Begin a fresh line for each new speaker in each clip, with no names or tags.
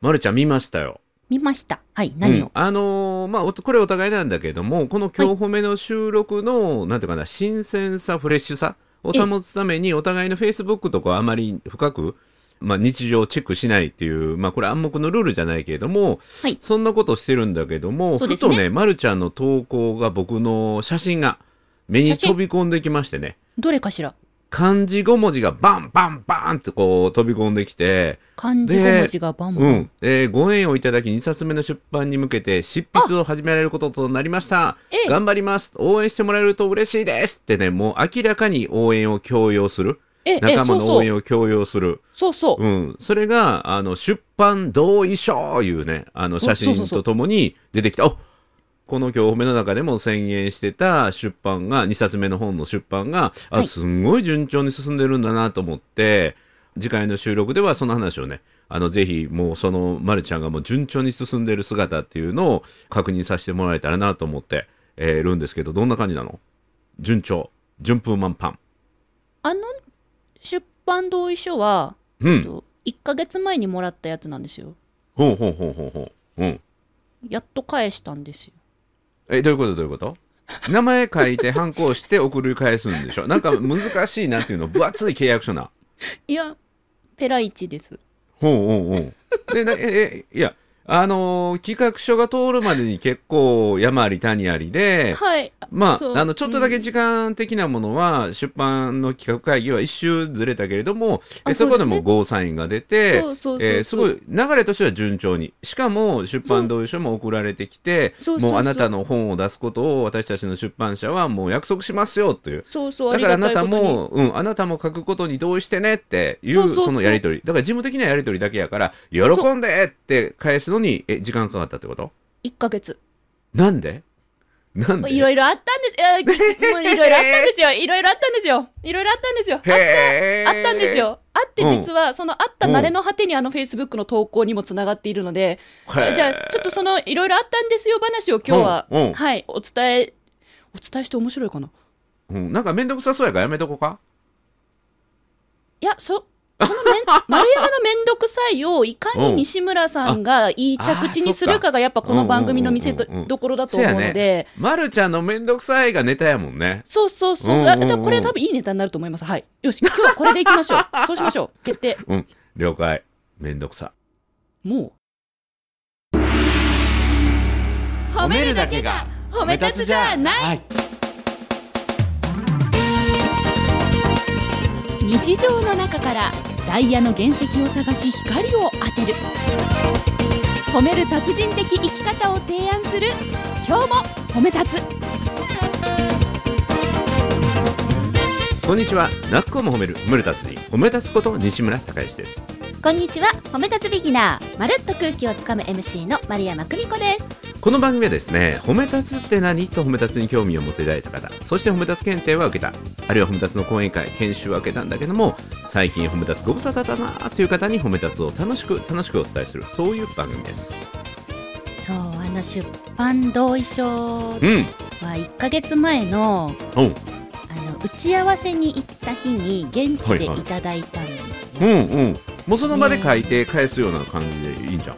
まるちゃん見ましたよ。
見ました。はい、何を、
うんあのーまあおこれお互いなんだけどもこの「今日褒め」の収録の、なんていうかな新鮮さフレッシュさを保つためにお互いの Facebook とかあまり深く、まあ、日常をチェックしないっていう、まあ、これ暗黙のルールじゃないけれども、
はい
そんなことしてるんだけども、
そう
ふ
です
と
ね
ね、ま、るちゃんの投稿が僕の写真が目に
写真
飛び込んできましてね
どれかしら
漢字5文字がバンバンバンってこう飛び込んできて、
漢字
で
5文字がバンバン。
うんえーご縁をいただき2冊目の出版に向けて執筆を始められることとなりました
ええ
頑張ります応援してもらえると嬉しいですってねもう明らかに応援を強要する
え、え、
仲
そ
間
う
の応
そう。
援を強要する
そうそう。
うん、それがあの出版同意書いうねあの写
そうそ
真
うそう
とともに出てきたおこの今日お褒めの中でも宣言してた出版が2冊目の本の出版があ、
はい
すんごい順調に進んでるんだなと思って次回の収録ではその話をねあのぜひもうそのまるちゃんがもう順調に進んでる姿っていうのを確認させてもらえたらなと思って、えーいるんですけどどんな感じなの順調順風満帆
あの出版同意書は、
う
えっ
ん
と1ヶ月前にもらったやつなんですよ。
ほうほうほうほうほううん
やっと返したんですよ。
えどういうことどういうこと名前書いて反抗して送り返すんでしょなんか難しいなっていうの分厚い契約書ない
や、ペライチです。
ほうほうほうでなええいやあのー企画書が通るまでに結構山あり谷ありで
はい。
ま
そう
あ、あのちょっとだけ時間的なものは出版の企画会議は一周ずれたけれども
あ
えそこで
そ
も
うですね
ゴーサインが出
そう
て
そうそうそう
えーすごい流れとしては順調にしかも出版同意書も送られてきて
そうそうそう
もうあなたの本を出すことを私たちの出版社はもう約束しますよという
そうそう、
だからあ
りが
な
た
た
いことに
も、うん、あなたも書くことに同意してねっていう
そうそうそう
そのやり取りだから事務的なやり取りだけやから喜んでって返すのにえ時間かかったってこと
1ヶ月。
なんでなんで
いろいろあったんです。え ーもういろいろあったんですよ。いろいろあったんですよ。いろいろあったんですよ。
へー
あったんですよ。あって
うん
実は、そのあった慣れの果てにあの Facebook の投稿にもつながっているので、えじゃあ、ちょっとそのいろいろあったんですよ話を今日は、
うんうん
はい、お伝え、お伝えして面白いかな。
うん、なんか面倒くさそうやからやめとこうか
いや、そ、 そのめん丸山のめんどくさいをいかに西村さんがいい着地にするかがやっぱこの番組の見せ
うんうんうんうん
どころだと思うの
せや
で、
まるちゃんの面倒くさいがネタやもんね
そうそうそう
うんう
そ
ん
う、
うん
あだからこれ多分いいネタになると思います。はい。よし、今日はこれでいきましょ う。そうしましょう。決定。
了解面倒くさ
もうい
い
日常の中からダイヤの原石を探し光を当てる褒める達人的生き方を提案する今日も褒め立つ
こんにちはなっこも褒める褒める達人褒め立つこと西村孝之です
こんにちは褒め立つビギナーまるっと空気をつかむ MC の丸山久美子です
この番組はですね褒め立つって何と褒め立つに興味を持っていただいた方そして褒め立つ検定は受けたあるいは褒め立つの講演会研修は受けたんだけども最近褒め立つご無沙汰だなという方に褒め立つを楽しく楽しくお伝えするそういう番組です
そうあの出版同意書は
うん
1ヶ月前の
おう
あの打ち合わせに行った日に現地でいただいたんですよ、
うんうんもうその場で書いて返すような感じでいいんじゃん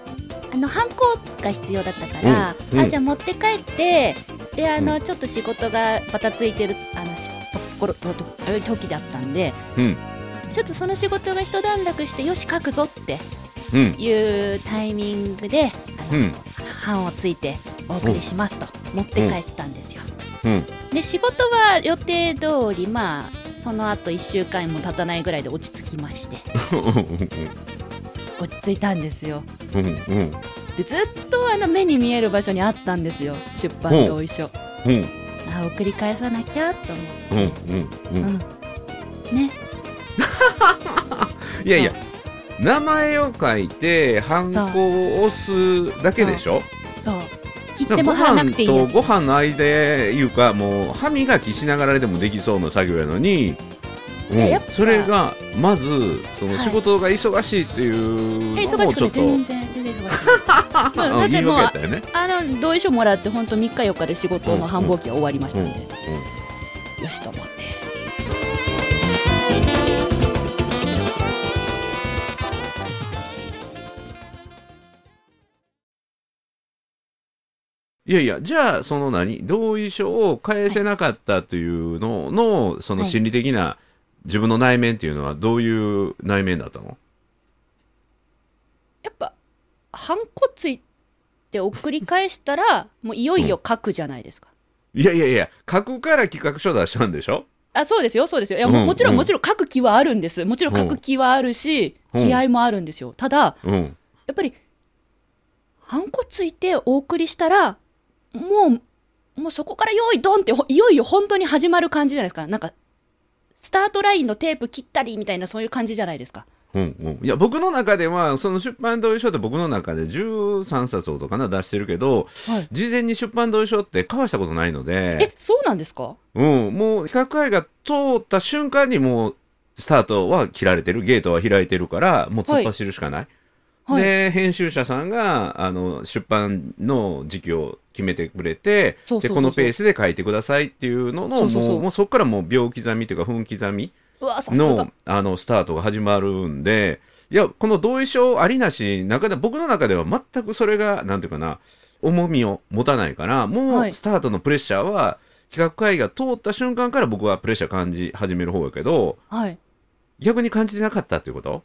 あのハンコが必要だったから、
うんうん
あじゃあ持って帰ってであの、ちょっと仕事がバタついてるあのしところととあれ時だったんで
うん
ちょっとその仕事が一段落してよし書くぞって
うん
いうタイミングであの、
うん
班をついてお送りしますと持って帰ったんですよ、
うん
で仕事は予定通りまあその後1週間も経たないぐらいで落ち着きまして落ち着いたんですよ
うんうんうん
でずっとあの目に見える場所にあったんですよ出版同意書あ
うん
あ送り返さなきゃと思って
うんうんうん
ね
いやいや名前を書いてハンコを押すだけでしょ
そう切
なんか
っても貼らなくていい
ご
や
飯とご飯の間いうかもう歯磨きしながらでもできそうな作業やのに、うん
ややっぱ
それがまずその
はい
仕事が忙しいってい
つ
う
え
のも
忙し
ちょ
く
ってと、うん
全然全然忙しく ないうんだって
言い
もう
訳やったよね、
あの同意書もらって本当3日4日で仕事の繁忙期は終わりましたんで、よしと思って
いやいやじゃあその何同意書を返せなかったというのの、その心理的な自分の内面っていうのはどういう内面だったの
やっぱハンコついて送り返したらもういよいよ書くじゃないですか、
いやいやいや書くから企画書出したんでしょ
あそうですよそうですよいやもう
うん
もちろ
うんん
もちろん書く気はあるんですもちろん書く気はあるし
うん
気合もあるんですよただ
うん
やっぱりハンコついてお送りしたらもうもうそこから用意ドンってほいよいよ本当に始まる感じじゃないですかなんかスタートラインのテープ切ったりみたいなそういう感じじゃないですか
うんうん、いや僕の中ではその出版同意書って僕の中で13冊ほどかな出してるけど
はい
事前に出版同意書って交わしたことないので
え、そうなんですか
うん、もう企画会が通った瞬間にもうスタートは切られてるゲートは開いてるからもう突っ走るしかない、
はい
で編集者さんがあの出版の時期を決めてくれて
そうそうそう
で
そう
このペースで書いてくださいっていうのの
そうそうそう
もうもうそこからもう秒刻みというか分刻み
うわさすが
のあのスタートが始まるんでいやこの同意書ありなし中で僕の中では全くそれがなんていうかな重みを持たないからも
は
う
い
スタートのプレッシャーは企画会議が通った瞬間から僕はプレッシャー感じ始める方やけど
はい
逆に感じてなかったっていうこと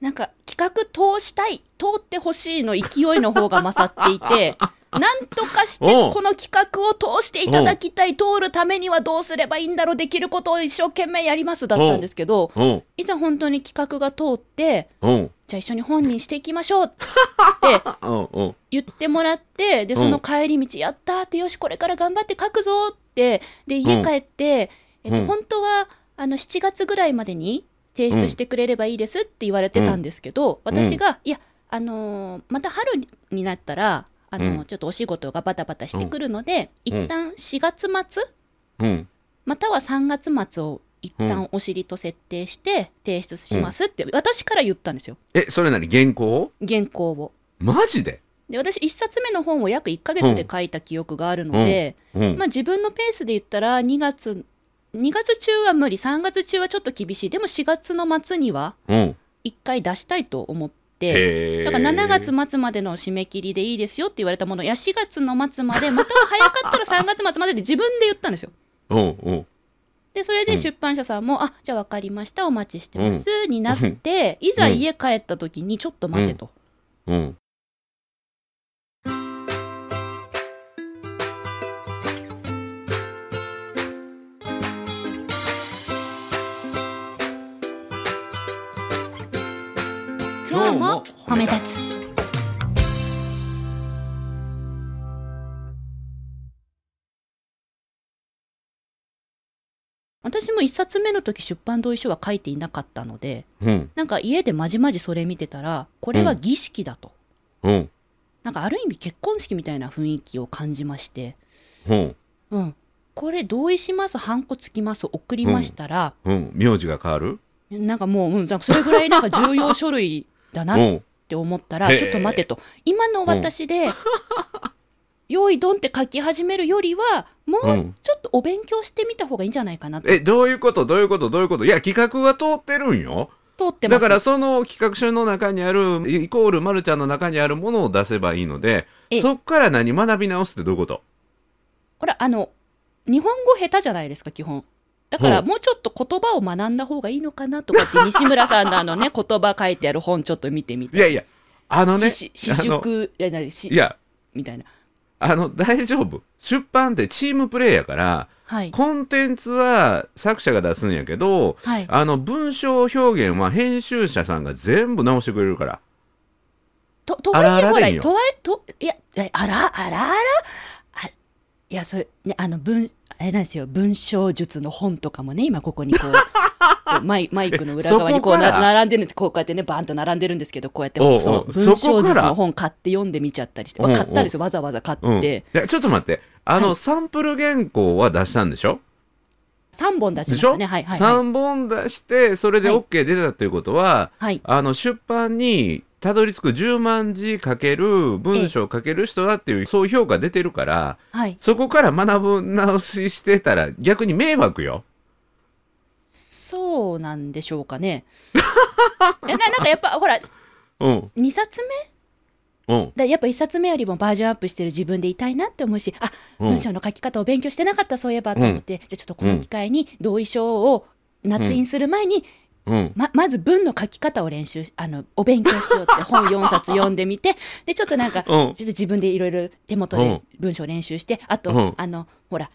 なんか企画通したい通ってほしいの勢いの方が勝って いてなんとかして
おう
この企画を通していただきたい通るためにはどうすればいいんだろうできることを一生懸命やりますだったんですけど
うん
いざ本当に企画が通って
うん
じゃあ一緒に本にしていきましょうって
うんうん
言ってもらってで
うん
その帰り道やったーってよしこれから頑張って書くぞーってで家帰って、
うん
え
う
っと、
ん
本当はあの7月ぐらいまでに提出してくれればいいですって言われてたんですけど、
うん
私がいや、あのーまた春になったら、あのー
うん
ちょっとお仕事がバタバタしてくるので、
うん
一旦4月末
うん
または3月末を一旦お尻と設定して提出しますって私から言ったんですよ
えそれなり原稿
原稿を。
マジで
で私1冊目の本を約1ヶ月で書いた記憶があるので、
うん、
まあ、自分のペースで言ったら2月2月中は無理3月中はちょっと厳しいでも4月の末には
うん
1回出したいと思って
へー
だから7月末までの締め切りでいいですよって言われたものいや4月の末までまたは早かったら3月末までで自分で言ったんですよ。
うんうん
でそれ
う
で
ん
出版社さんも「あじゃあ分かりましたお待ちしてます」になっていざ家帰った時に「ちょっと待て」と。
うん
今日も褒め立つ
私も1冊目の時出版同意書は書いていなかったので
うん
なんか家でまじまじそれ見てたらこれは儀式だと、
うん
なんかある意味結婚式みたいな雰囲気を感じまして、
うん
うん、これ同意しますハンコつきます送りましたら、
うん名字が変わる
なんかもう、うん、なんかそれぐらいなんか重要書類だな
う
っ
ん
て思ったら、
うんへえ
ちょっと待てと今の私で「用意ドン」って書き始めるよりはも
う
うんちょっとお勉強してみた方がいいんじゃないかなと
えどういうことどういうことどういうこといや企画は通ってるんよ
通ってま
だ
す
からその企画書の中にあるイコールまるちゃんの中にあるものを出せばいいので
ええ
そっから何学び直すってどういうこと
ほらあの日本語下手じゃないですか基本だから
ほう
もうちょっと言葉を学んだ方がいいのかなとかって西村さんのあのね言葉書いてある本ちょっと見てみ
い
て
やいやあのね
しし
あ
私
の
塾いやなにし
いや
みたいな
あの大丈夫出版ってチームプレーやから
はい
コンテンツは作者が出すんやけど
はい
あの文章表現は編集者さんが全部直してくれるから
とと
あら
は
あ
いえ
ら
ほ
で
ら
いいよ
とはいえといやいやあらあらあらあいやそれねあの文あれなんですよ文章術の本とかもね今ここにこ うこうマイマイクの裏側にこう
そこから
な並んでるんですこうこうやってねバーンと並んでるんですけどこうやって
おうおう
そ
そ
う
こ
文章術
から
の本買って読んでみちゃったりして、まあ
うんうん
買ったんですよわざわざ買って、
うんいやちょっと待ってあ
は
の
い
サンプル原稿は出したんでしょ
3本出しま
で
し
しょ、
たねはいはいはい、
3本出してそれで
はい
OK 出たということは、
はい、
あの出版にたどり着く10万字かける文章かける人だっていうそういう評価出てるから
はい
そこから学ぶ直ししてたら逆に迷惑よ。
そうなんで しょうかねいやななんかやっぱほら
うん
2冊目
うん
だやっぱ一冊目よりもバージョンアップしてる自分でいたいなって思うしあ、
うん
文章の書き方を勉強してなかったそういえばと思って、じゃあちょっとこの機会に同意書を捺印する前に、
うん
ままず文の書き方を練習あのお勉強しようって本4冊読んで みてでちょっとなんか、
うん
ちょっと自分でいろいろ手元
う
で
ん
文章練習してあと、
うん
あのほら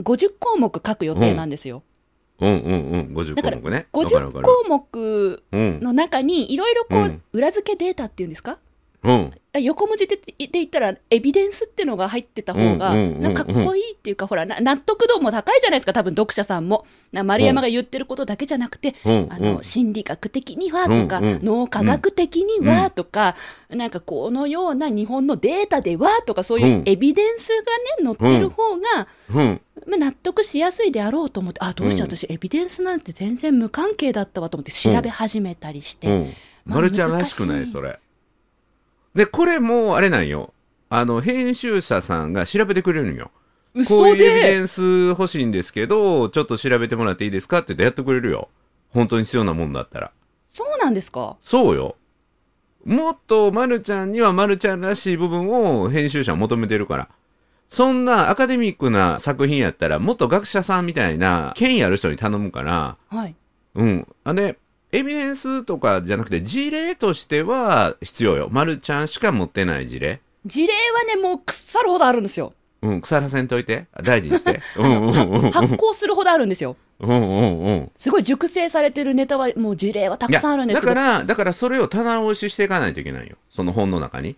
50項目書く予定なんですよ。
うんうんうん50
だから
項目ねわかるわ
50
かる
項目
うん
の中にいろいろこう、
うん
裏付けデータっていうんですか
うん
あ横文字でで言ったらエビデンスってのが入ってた方が
うんうんうんうん
なんかかっこいいっていうかほらな納得度も高いじゃないですか多分読者さんもな丸山が言ってることだけじゃなくて
うん
あ
うん
の心理学的にはとか、
うんうん
脳科学的にはとか、なんかこのような日本のデータではとかそういううんエビデンスがね載ってる方が、
うん
まあ、納得しやすいであろうと思ってあどうして
うん
私エビデンスなんて全然無関係だったわと思って調べ始めたりして、
うん、
まあ
マルちゃんらしくな
難
い
しい
それでこれもうあれなんよあの編集者さんが調べてくれるんよこうい
嘘
うエビデ
で
ンス欲しいんですけどちょっと調べてもらっていいですかって言ってやってくれるよ本当に必要なもんだったら
そうなんですか
そうよもっとまるちゃんにはまるちゃんらしい部分を編集者は求めてるからそんなアカデミックな作品やったらもっと学者さんみたいな権威ある人に頼むから
はい
うん。あれ、エビデンスとかじゃなくて、事例としては必要よ。まるちゃんしか持ってない事例。
事例はねもう腐るほどあるんですよ
うん、腐らせんといて。大事にして。う
あ
ん
の
うん
は
うんうん。
発行するほどあるんですよ
うんうんうん。
すごい熟成されてるネタはもう事例はたくさんあるんですけど
いやだから、だからそれを棚卸ししていかないといけないよ。その本の中に。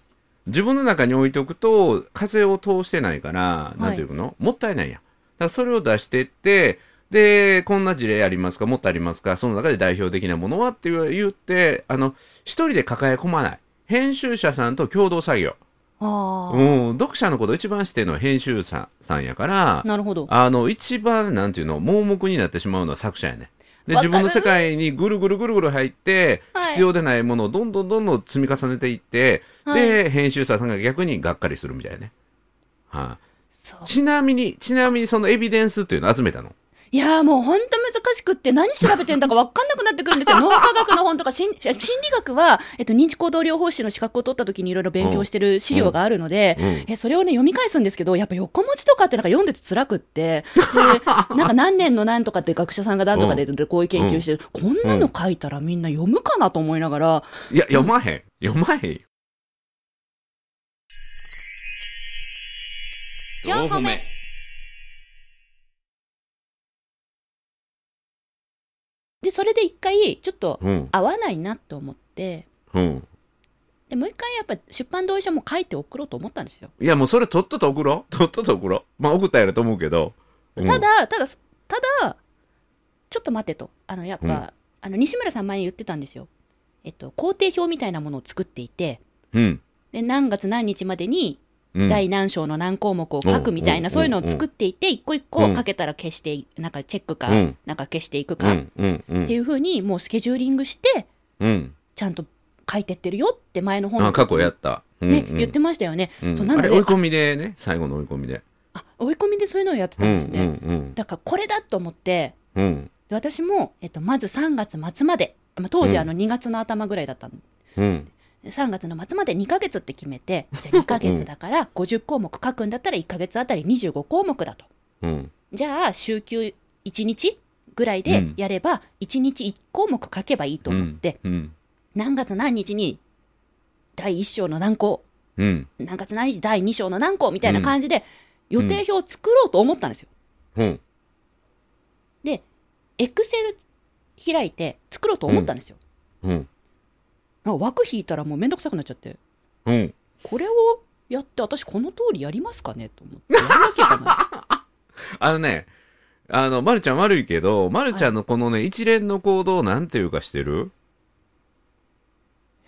自分の中に置いておくと、風を通してないから、なんていうの、もったいないやん。だからそれを出してって、で、こんな事例ありますかもっとありますかその中で代表的なものはって言って、あの、一人で抱え込まない。編集者さんと共同作業。
あー
うん、読者のことを一番知ってるのは編集者さんやから、
なるほど
あの一番なんていうの盲目になってしまうのは作者やねで
わ
自
かる
分の世界にぐるぐるぐるぐる入って、
はい
必要でないものをどんどんどんどん積み重ねていって、で編集者さんが逆にがっかりするみたいなね、は
そう
い。ちなみにちなみにそのエビデンスっていうのを集めたの
いやーもう本当難しくって何調べてんだか分かんなくなってくるんですよ 脳科学の本とか心心理学は、えっと、認知行動療法士の資格を取った時にいろいろ勉強してる資料があるので、
うんうん
えそれをね読み返すんですけどやっぱ横文字とかってなんか読んでて辛くってでなんか何年の何とかって学者さんが何とかでこういう研究してる、こんなの書いたらみんな読むかなと思いながら、
い や読まへん読まへんよ
4個目
でそれで一回ちょっと
うん
合わないなと思って
うん
でもう一回やっぱ出版同意書も書いて送ろうと思ったんですよ。
いやもうそれとっとと送ろうとっとと送ろうまあ送ったんやろと思うけど、うん
ただ、ただ、そただ、ちょっと待てと。あの、やっぱ、
うん
あの、西村さん前に言ってたんですよ。えっと、工程表みたいなものを作っていて、
うん
で、何月何日までに、
うん
第何章の何項目を書くみたい
う
な、
ん
そういうのを作っていて、一個一
う
個
ん
かけたら消してい、なんかチェックか、
うん
なんか消していく
う
か、っ
んうんうん
ていう風に、もうスケジューリングして、
うん
ちゃんと書いてってるよって前の本
あ過去やった、うん
ね、
うん
言ってましたよね。
うん
そうなの
あ
で
れ追い込みでね最後の追い込みで。
あ、追い込みでそういうのをやってたんです
う
ね。
ん
だから、これだと思って、
うんうん
で私も、えっと、まず3月末まで、まあ、当時
うん
あの2月の頭ぐらいだったの、
うん
3月の末まで2ヶ月って決めてじゃあ2ヶ月だから50項目書くんだったら1ヶ月あたり25項目だと
うん
じゃあ週休1日ぐらいうで
ん
やれば1日1項目書けばいいと思って、
うん
何月何日に第1章の何項
うん
何月何日第2章の何項みたいな感じで予定表を作ろうと思ったんですよ。
うん
でエクセル開いて作ろうと思ったんですよ。
うん
なんか枠引いたらもうめんどくさくなっちゃって
うん
これをやって私この通りやりますかねと思ってやるわけがない
あのねあの、ま、るちゃん悪いけど、ま、るちゃんのこのね、一連の行動なんていうかしてる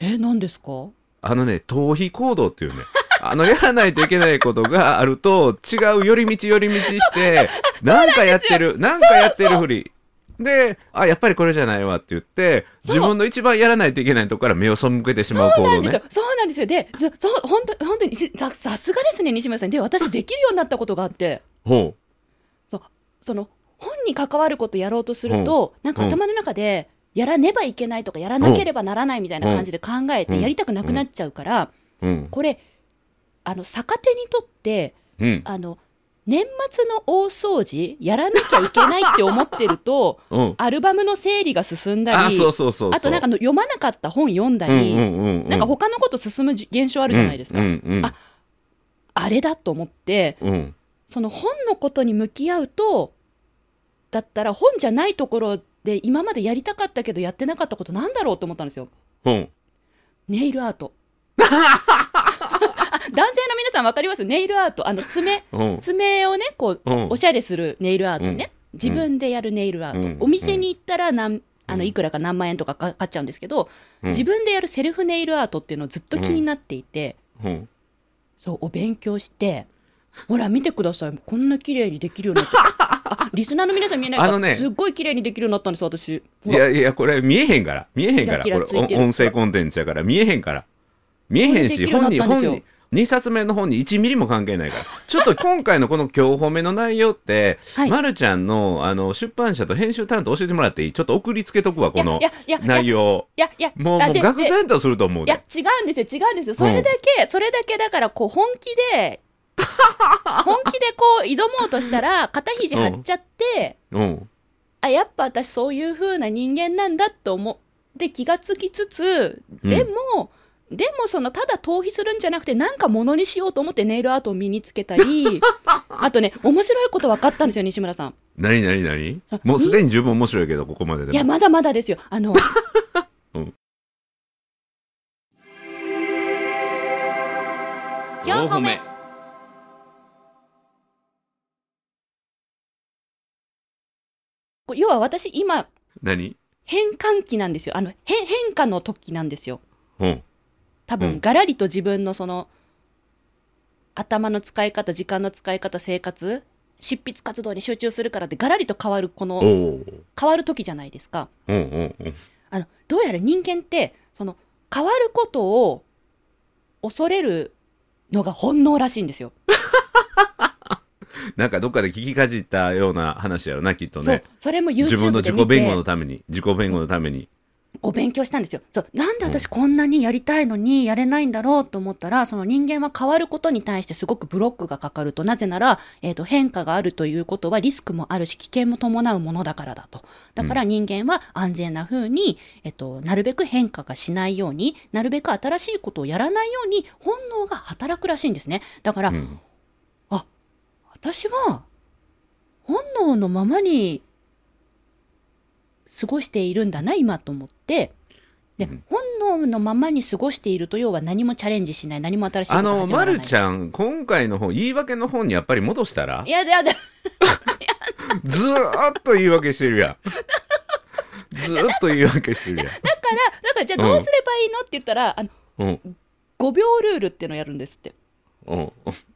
え何ですか
あのね逃避行動っていうね あのやらないといけないことがあると違う寄り道寄り道 してなんかやってるなんかやってるふりであやっぱりこれじゃないわって言って
そう
自分の一番やらないといけないとこから目を背けてしまう行
そうな
動
んです
ね
よそうなんですよでそそう本当本当にしささすがですね西村さんで私できるようになったことがあって
ほ
その本に関わることやろうとすると、なんか
うん
頭の中でやらねばいけないとかやらなければならないみたいな感じで考え
う
て
ん
やりたくなくなっちゃうから、
うん
これあの逆手にとって
うん
あの年末の大掃除やらなきゃいけないって思って ると
うん
アルバムの整理が進んだり
あそうそうそうそう
あとなんかの読まなかった本読んだり、
うんうんうんうん
なんか他のこと進むじ現象あるじゃないですか、
うんうん
ああれだと思って
うん
その本のことに向き合うとだったら本じゃないところで今までやりたかったけどやってなかったことなんだろうと思ったんですよ
うん
ネイルアート あ男性の皆さん分かりますネイルアートあの爪
うん
爪をねこう
うん
おしゃれするネイルアートね、自分でやるネイルアート、
うん
お店に行ったらなんあのいくらか何万円とかかかっちゃうんですけど、
うん
自分でやるセルフネイルアートっていうのをずっと気になっていて、
うん
そうお勉強してほら見てくださいこんな綺麗にできるようになっちゃ ったあリスナーの皆さん見えないか
あのね
すっごい綺麗にできるようになったんです私ほ
い
ら
やいやこれ見えへんから見えへんから
キラキラ
これお
ついてる
音声コンテンツやから見えへんから見えへんし
こ
本に
れできるようになったん
本
ですよ
に2冊目の本に1ミリも関係ないからちょっと今回のこの今日褒めの内容って、
はい
まるちゃんのあの出版社と編集担当教えてもらっていいちょっと送りつけとくわこの
いやいやいやい
内容
やいや
もう
あ
もう
で
学
で
生とすると思う
いや
で
違うんですよ違うんですよそれだけ、それだけだからこう本気で 本気でこう挑もうとしたら肩肘張っちゃって、
うん
あやっぱ私そういう風な人間なんだと思って気がつきつつ
うん
でも、でもそのただ逃避するんじゃなくてなんかものにしようと思ってネイルアートを身につけたり あとね面白いこと分かったんですよ西村さん
何何何
そう
もうすでに十分面白いけどここまででも
いやまだまだですよあの、
うん
今日褒めこう要は私今
何
変換期なんですよあの変変化の時なんですよ
うん
多
うん
分がらりと自分のその頭の使い方時間の使い方生活執筆活動に集中するからってがらりと変わるこ
お
の
お
変わる時じゃないですか
うんうんうん
あのどうやら人間ってその変わることを恐れるのが本能らしいんですよ、
なんかどっかで聞きかじったような話やろなきっと
そう
ね
それも
自分の
YouTube で
自
見
己弁護の
て
ために自己弁護のために
お勉強したんですよそうなんで私こんなにやりたいのにやれないんだろうと思ったら、その人間は変わることに対してすごくブロックがかかるとなぜなら、えー、と変化があるということはリスクもあるし危険も伴うものだからだとだから人間は安全な風に、えっとなるべく変化がしないようになるべく新しいことをやらないように本能が働くらしいんですねだから、
うん
私は本能のままに過ごしているんだな今と思ってで、
うん
本能のままに過ごしていると要は何もチャレンジしない何も新しいこ
あ
とが
の、
始
ま
まら
る
ない
ちゃん、今回の本、言い訳の本にやっぱり戻したら
い、やだやだ
ずーっと言い訳してる やん。ずーっと言い訳してる
だからだからじゃあどうすればいいのって言ったら、あの
やん。うん、
5秒ルールっていうのをやるんですって
うん、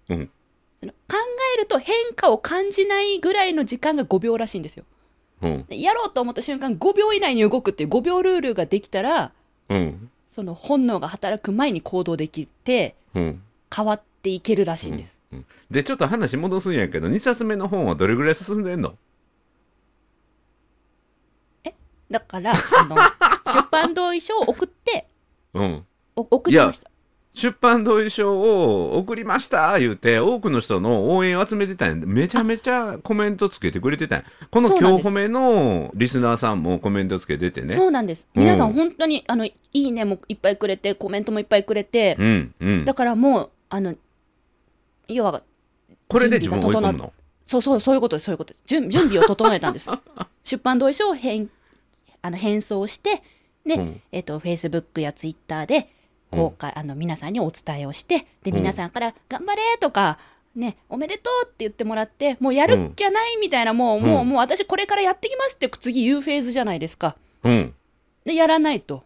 うん。
その考えると変化を感じないぐらいの時間が5秒らしいんですよ
うん、
でやろうと思った瞬間5秒以内に動くっていう5秒ルールができたら
うん、
その本能が働く前に行動できて
うん。
変わっていけるらしいんです、
で、ちょっと話戻すんやけど、2冊目の本はどれぐらい進んでんの
だから、 あの、出版同意書を送って、
うん。
お送りました。
出版同意書を送りました言うて多くの人の応援を集めてたんやめちゃめちゃコメントつけてくれてたんやこの「
そうなん
今日
です
褒め」のリスナーさんもコメントつけててね
そうなんです。
うん
皆さん、本当に、あの、いいねもいっぱいくれて、コメントもいっぱいくれて、
うんうん
だからもう、あの、要は、
これで自分を追い込むの
そうそう、そういうことです、そういうことです。準準備を整えた んです。出版同意書を返、あの、返送して、で、
うん
えっ、と、Facebook や Twitter で、公開、あの、皆さんにお伝えをして、で、
うん
皆さんから、頑張れとか、ね、おめでとうって言ってもらって、もうやるっきゃないみたいな、もう、
ん
もう、
うん
もう私これからやってきますって、次言うフェーズじゃないですか。
うん
で、やらないと。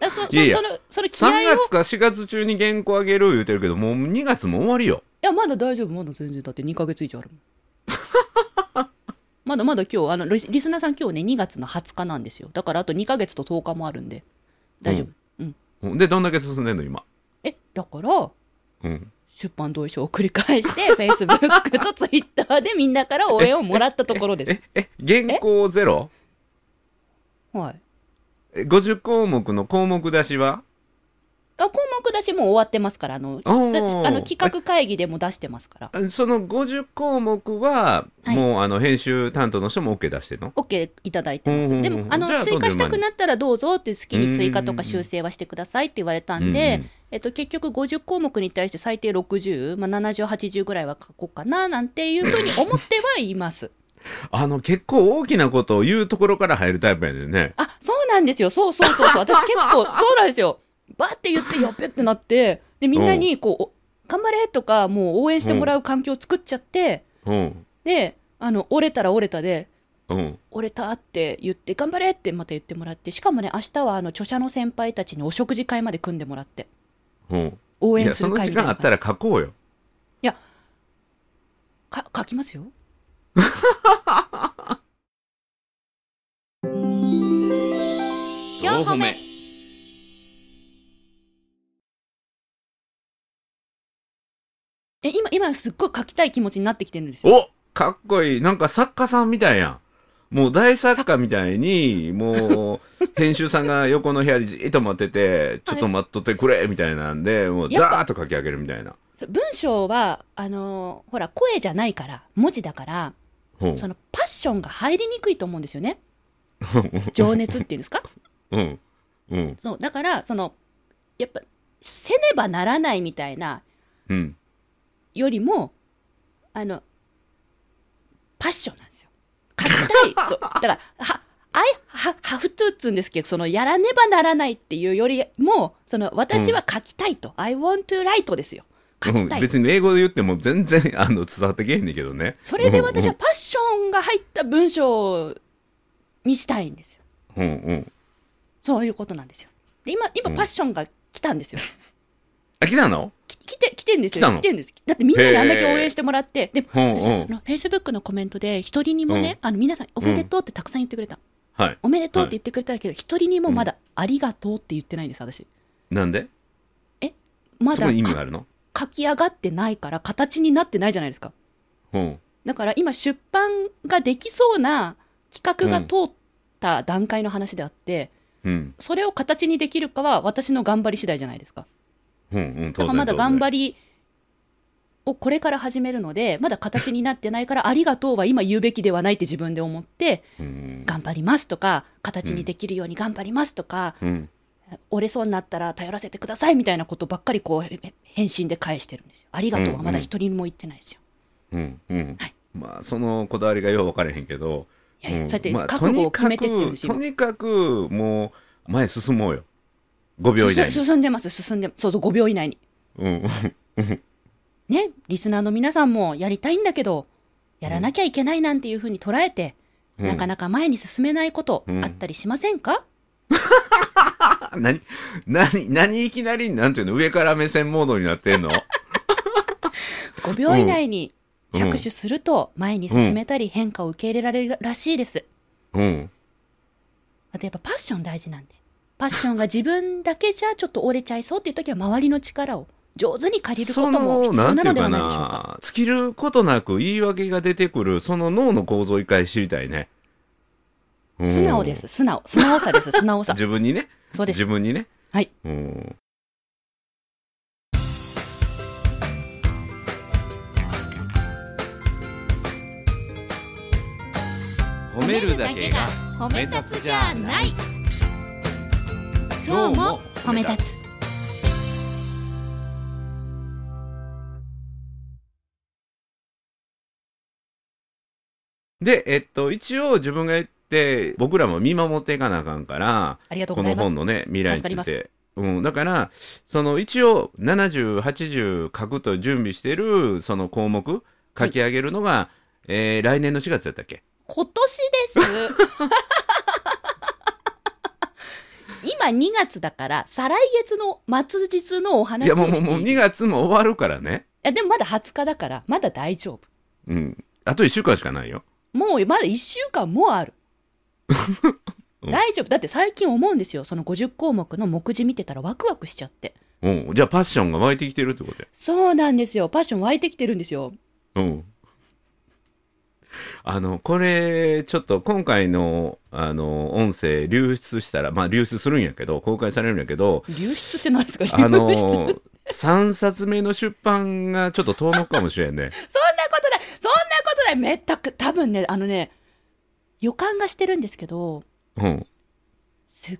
だそそ
いやいや
その、それ気合を、
3
い
月か4月中に原稿あげる言うてるけどもう2月も終わりよ
や、まだ大丈夫、まだ全然、だって2ヶ月以上あるもん。 まだまだ今日、あの、リスリスナーさん今日ね、2月の20日なんですよ。だからあと2ヶ月と10日もあるんで、大丈夫。うん、
でどんだけ進んでんの今
え、だから、
うん
出版同意書を繰り返して Facebook と Twitter でみんなから応援をもらったところです
え。え原稿ゼロ
はい、
え50項目の項目出しは
あ項目出しもう終わってますからあの
あー
あの企画会議でも出してますから
その50項目は、
はい
もうあの編集担当の人も OK 出してるの
OK いただいてま
うんうんう
す
ん
でもあの
じゃあ
追加した
どん
く
どん
なったらどうぞって好きに追加と
うんうんう
か
ん
修正はしてくださいって言われたんで、
うんうん
えっと、結局50項目に対して最低60、まあ、7080ぐらいは書こうかななんていうふうに思ってはいます。
あの結構大きなことを言うところから入るタイプやねんね
あそうなんですよそうそうそうそう私結 構そうなんですよバーって言ってやっべってなってでみんなにこうお「頑張れ!」とかもう応援してもらう環境を作っちゃって、
うん
であの折れたら折れたで
うん
折れたって言って頑張れってまた言ってもらってしかもね明日はあの著者の先輩たちにお食事会まで組んでもらって
うん
応
い
援
や
す
そ
る
の
会
時
みたい
間あっ
な
たら書こうよ
か書きますよ
四歩目
え今今すっごい書きたい気持ちになってきてるんですよ
おかっこいいなんか作家さんみたいやんもう大作家みたい にもう編集さんが横の部屋にじーっと待っててちょっと待っとってくれみたいなんでもう
やっぱ
ダーッと書き上げるみたいな
そう文章はあのーほら声じゃないから文字だから
うん
そのパッションが入りにくいと思うんですよね情熱っていう んですか
うんうん
そうだからそのやっぱせねばならないみたいな
うん
よりもあのパッションなんですよ書 きたいそうだからはあいはハフトゥーっつうんですけどそのやらねばならないっていうよりもその私は書きたいと、I want to write ですよ書きた
うん
い、
別に英語で言っても全然あの伝わってけえへんねんけどね
それで私
私
はパッションが入った文章にしたいんですよ
うんうん
そういうことなんですよで今今
うん
パッションが来たんですよ
あ来たの
き来て来てんです
来た
よ
の
来てんですだってみんなにあんだけ応援してもらってで
うんう
私あ
ん
のフェイスブックのコメントで一人にもね、あの皆さんおめでとうってたくさん言ってくれた、
はい
おめでとうって言ってくれたけど一人にもまだありがとうって言ってないんです私
なんで
ま
そ
だ
こに意味が
か
あるの
書き上がってないから形になってないじゃないですか
うん
だから今出版ができそうな企画が通った段階の話であって、
うん
それを形にできるかは私の頑張り次第じゃないですか
うんうん当
だから
然
まだ頑張
り
りをこれから始めるのでまだ形になってない からありがとうは今言うべきではないって自分で思って
うん
頑張りますとか形にできるように頑張りますとか、
うん
折れそうになったら頼らせてくださいみたいなことばっかりこうへへ返信で返してるんですよありがとうはまだ一人も言ってないですよ、
うんうん
はい
まあそのこだわりがよう分からへんけど
いやいやそうや
ま
っ
あ
て覚悟を決めてってるんですよ、
とにかくとにかくもう前進もうよ5秒以内
進
に
進んでます進んでますそうそう5秒以内に
うん
ねリスナーの皆さんもやりたいんだけどやらなきゃいけないなんていうふうに捉えて、なかなか前に進めないこと
うん
あったりしませんか、
か何何何いきなりなんていうの上から目線モードになってんの
5秒以内に
うん
着手すると前に進めたり変化を受け入れられるらしいです。
うん
あとやっぱパッション大事なんで。パッションが自分だけじゃちょっと折れちゃいそうっていう時は周りの力を上手に借りるこ
そ
とも
の
必要
なん
な
てい
の
う
で
か
はないでしょうか。
な尽きることなく言い訳が出てくるその脳の構造一回知りたいね、うん
素直です、素直。素直さです、素 直さ。
自分にね
そうです
自。分にね
はい
うん褒めるだけが
褒
め立つじゃない
今日も褒め立
つ
つ
でえっと一応自分が言って僕らも見守っていかなあかんから
ありがとう
こ
ござ
の
います
本。のね未来に
助かりま
つい
す
て。うん、だからその一応7080書くと準備してるその項目書き上げるのが、えー来年の4月やったっけ
今年 です。今2月だから、再来月の末日のお
い
話
や
をして
も
いうる
もうもう2月も終わるからね、
いやでもまだ20日だからまだ大丈夫
うん、あと1週間しかないよ。
もうまだ1週間もある
うん
大丈夫だって最近思うんですよその50項目の目次見てたらワクワクしちゃって
うん、じゃあパッションが湧いてきてるってことや。
そうなんですよパッション湧いてきてるんですよ
うん。 あのこれちょっと今回のあの音声流出したらまあ流出するんやけど公開されるんやけど
流出って何ですか流出、
あの
そんなこ
3冊目の出版がちょっと遠のくかもしれんね
とないそんなことないめったく多分ねあのね予感がしてるんですけど
うん
すっ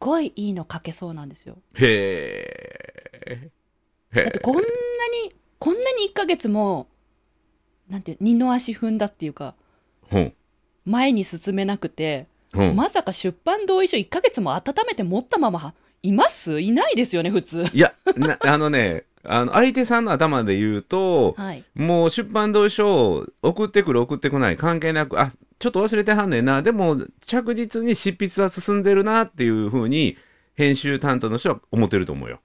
ごいいいの書けそうなんですよ
へえ
だってこんなにこんなに1ヶ月もなんて二の足踏んだっていうか
うん
前に進めなくて、
うん
まさか出版同意書1ヶ月も温めて持ったままいますいないですよね普通
いやなあのねあの相手さんの頭で言うと
はい
もう出版同意書を送ってくる送ってこない関係なくあちょっと忘れてはんねんなでも着実に執筆は進んでるなっていうふうに編集担当の人は思ってると思うよ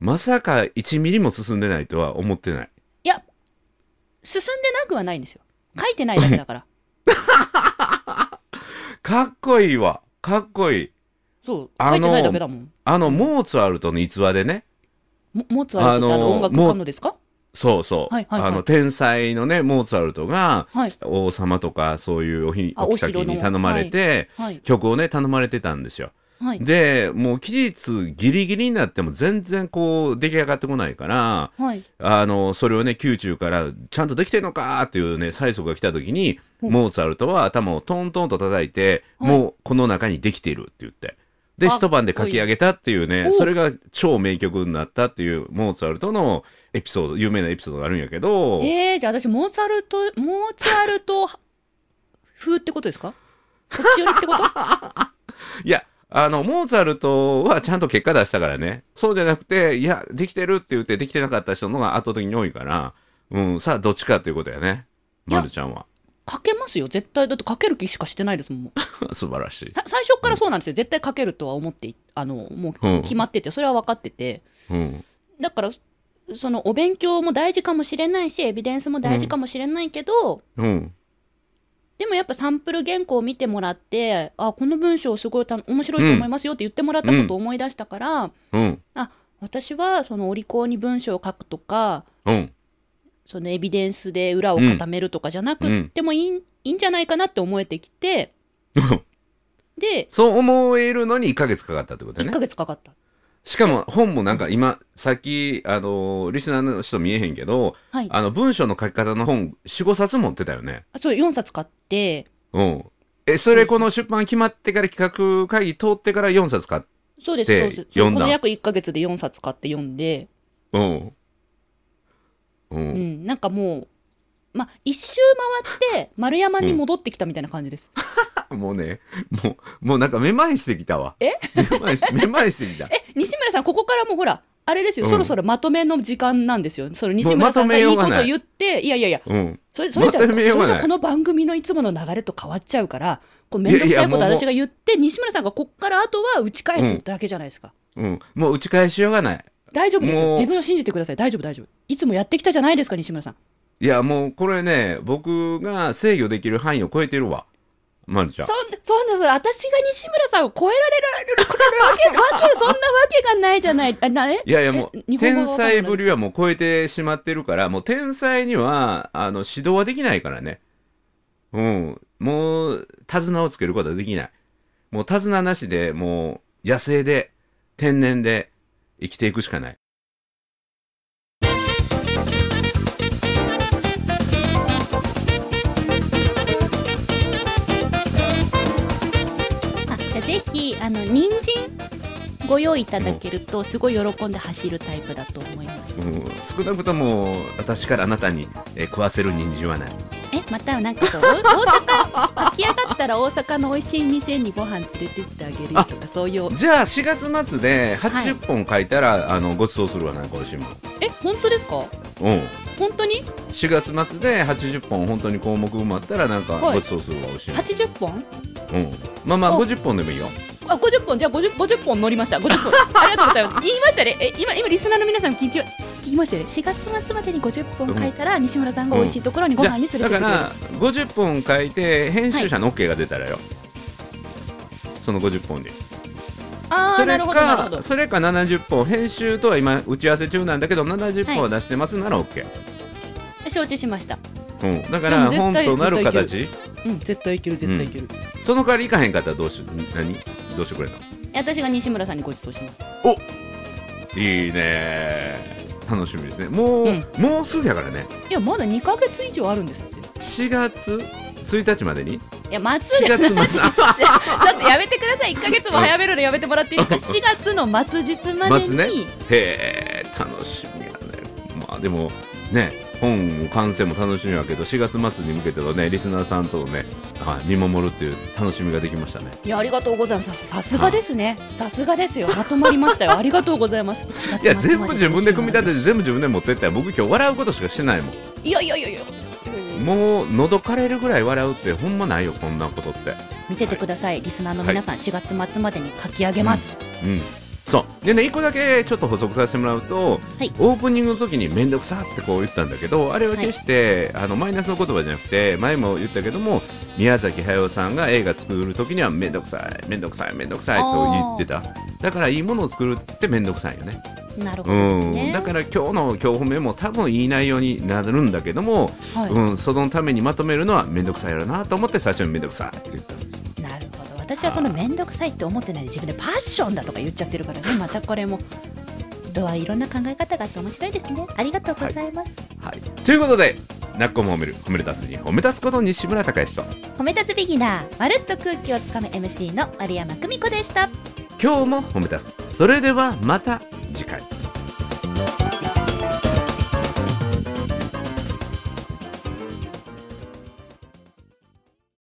まさか1ミリも進んでないとは思ってない
いや進んでなくはないんですよ書いてないだけだから
かっこいいわかっこいい
そう
あ
書
の
いてないだけだもん
あのモーツァルトの逸話でね
もモーツァルトってあの
あ
音
の
楽家のですか
そうそう、
はいはいはい
あの天才のねモーツァルトが
はい
王様とかそういうおひ
あ
お妃
お城の
に頼まれて、
はい
曲をね頼まれてたんですよ。
はい
でもう期日ギリギリになっても全然こう出来上がってこないから
はい
あのそれをね宮中からちゃんとできてんのかっていうね催促が来た時に
うん
モーツァルトは頭をトントンと叩いて、
はい
もうこの中にできているって言って。で
あ
一晩で書き上げたっていう
お
ね
う
それが超名曲になったっていうモーツァルトのエピソード有名なエピソードがあるんやけど
えー、じゃあ私モーツァルトモーツァルト風ってことですかそっち寄りってこと
いやあのモーツァルトはちゃんと結果出したからねそうじゃなくていやできてるって言ってできてなかった人の方が圧倒的に多いから、うん、さあどっちかっていうことやね
いや
まるちゃんは
書けますよ絶対だって書ける気しかしてないですもんもう
素晴らしい
さ最初からそうなんですよ絶対書けるとは思っていあのも
うん
う決まっててそれは分かってて
うん
だからそのお勉強も大事かもしれないしエビデンスも大事かもしれないけど、
うん
でもやっぱサンプル原稿を見てもらってあこの文章すごいた面白いと思いますよって言ってもらったことを思い出したから、
うん
私はそのお利口に文章を書くとか
うん
そのエビデンスで裏を固めるとかじゃなくってもいい,、ん、いいんじゃないかなって思えてきてで
そう思えるのに1ヶ月かかったってことや
1
ね
ヶ月かかった。
しかも本もなんか今さっきあのリスナーの人見えへんけど
はい、
あの文章の書き方の本45冊持ってたよね
あそう4冊買って
うんえそれこの出版決まってから企画会議通ってから4冊買っ
そうです、
で
そうです。
読んだ
この約1ヶ月で4冊買って読んで、
うん。う。
うんん、なんかもう、まあ、一周回って、丸山に戻ってきたみたいな感 じです。
もうね、もう、もうなんかめまいしてきたわ。
え
めまい し、めまいしてきた。
え、西村さん、ここからもうほら、あれですよ、
うん
そろそろまとめの時間なんですよ。その西村さんがいいこと言って、いやいやいや、
うん。
それそれじゃ、
ま
そ
とめ
れ
ようがない
じゃこの番組のいつもの流れと変わっちゃうから、こうめんどくさいこと
いやいやもう
私が言って、西村さんがこっからあとは打ち返すだけじゃないですか。
うん。もう打ち返しようがない。
大丈夫です
もう
よ。自分を信じてください。大丈夫、大丈夫。いつもやってきたじゃないですか、西村さん。
いや、もうこれね、僕が制御できる範囲を超えてるわ。まるちゃん
そ。んな、そんな、それ、私が西村さんを超えられる、これわけ、わけ、そんなわけがないじゃない。あ、な、え
いやいやもう
え日本語
天
がわからない
才ぶりはもう超えてしまってるからもう天才にはあの指導はできないからねうんもう手綱をつけることはできないもう手綱なしでもう野生で天然で生きていくしかない
あじゃあぜひ、あの、人参ご用意いただけると、すごい喜んで走るタイプだと思います。
うん、少なくとも私からあなたに、えー食わせる人参はない
え、またなんかそう、お大阪、空き上がったら大阪の美味しい店にご飯連れてってあげるよとか、そういう。
じゃあ4月末で80本書いたら、あのご馳走するわなんか美味しいもん
え、本当ですか
うん
本当に
4月末で80本本当に項目埋まったらなんか
はい
ご馳走するわ美味しいもん
?80 本
うん、まあまあ
お
50本でもいいよ。
あ、50本、じゃあ50、50本乗りました。50本。ありがとうございます。言いましたね。え、 今、今、リスナーの皆さん聞き、聞きましたよね。4月末までに50本書いたら、西村さんが美味しいところにご飯に連れて
だ
って
か
くれ
ら
る。
50本書いて編集者の OK が出たらよ、その50本に
あ
そ
あ、
れ
なるほど、なるほ
か
ど。
それか70本編集とは今打ち合わせ中なんだけど70本は出してますなら OK、
承知しました。
うん、だから
でも
本
絶対
となる形
うん絶対いける絶対いける、
その代わり行かへんかったらどうし何どうしてくれたの
私が西村さんにご馳走します
いいね楽しみですねもう、
うん
もうすぐやからね
いやまだ2ヶ月以上あるんですって
4月1日までに
いや 待つ
4月末あ
ちょっとやめてください1ヶ月も早めるのやめてもらっていいですか4月の末日まで
末
に、
ねへえ楽しみやねまあでもね本の完成も楽しみやけど4月末に向けてのねリスナーさんとのね、はい、見守るっていう楽しみができましたね
いやありがとうございますささすがですねさすがですよまとまりまし たよありがとうございます4
いや
月末
全
ま
部自分で組み立てて
て
全部自分で持ってったら僕今日笑うことしかしてないもん
いやいやいやいや
もう喉枯れるぐらい笑うってほんまないよこんなことって
見ててください、リスナーの皆さん、4月末までに書き上げます、
うんそうでね1個だけちょっと補足させてもらうと、
はい
オープニングの時に面倒くさってこう言ったんだけどあれは決して、あのマイナスの言葉じゃなくて前も言ったけども宮崎駿さんが映画作る時には面倒くさい面倒くさい面倒くさいと言ってただからいいものを作るって面倒くさいよね
なるほどです
う
ね
んだから今日の教本目も多分いい内容になるんだけども、
はい
うん、そのためにまとめるのは面倒くさいやろなと思って最初に面倒くさいって言ったんです
なるほど私はその面倒くさいって思ってないで自分でパッションだとか言っちゃってるからねまたこれも人はいろんな考え方があって面白いですねありがとうございます、
はい、ということで、なっこも褒める、褒め立つに褒め立つこと西村孝之と、
褒め立つビギナーまるっと空気をつかむ MC の丸山久美子でした
今日も褒め立つ。それではまた次回。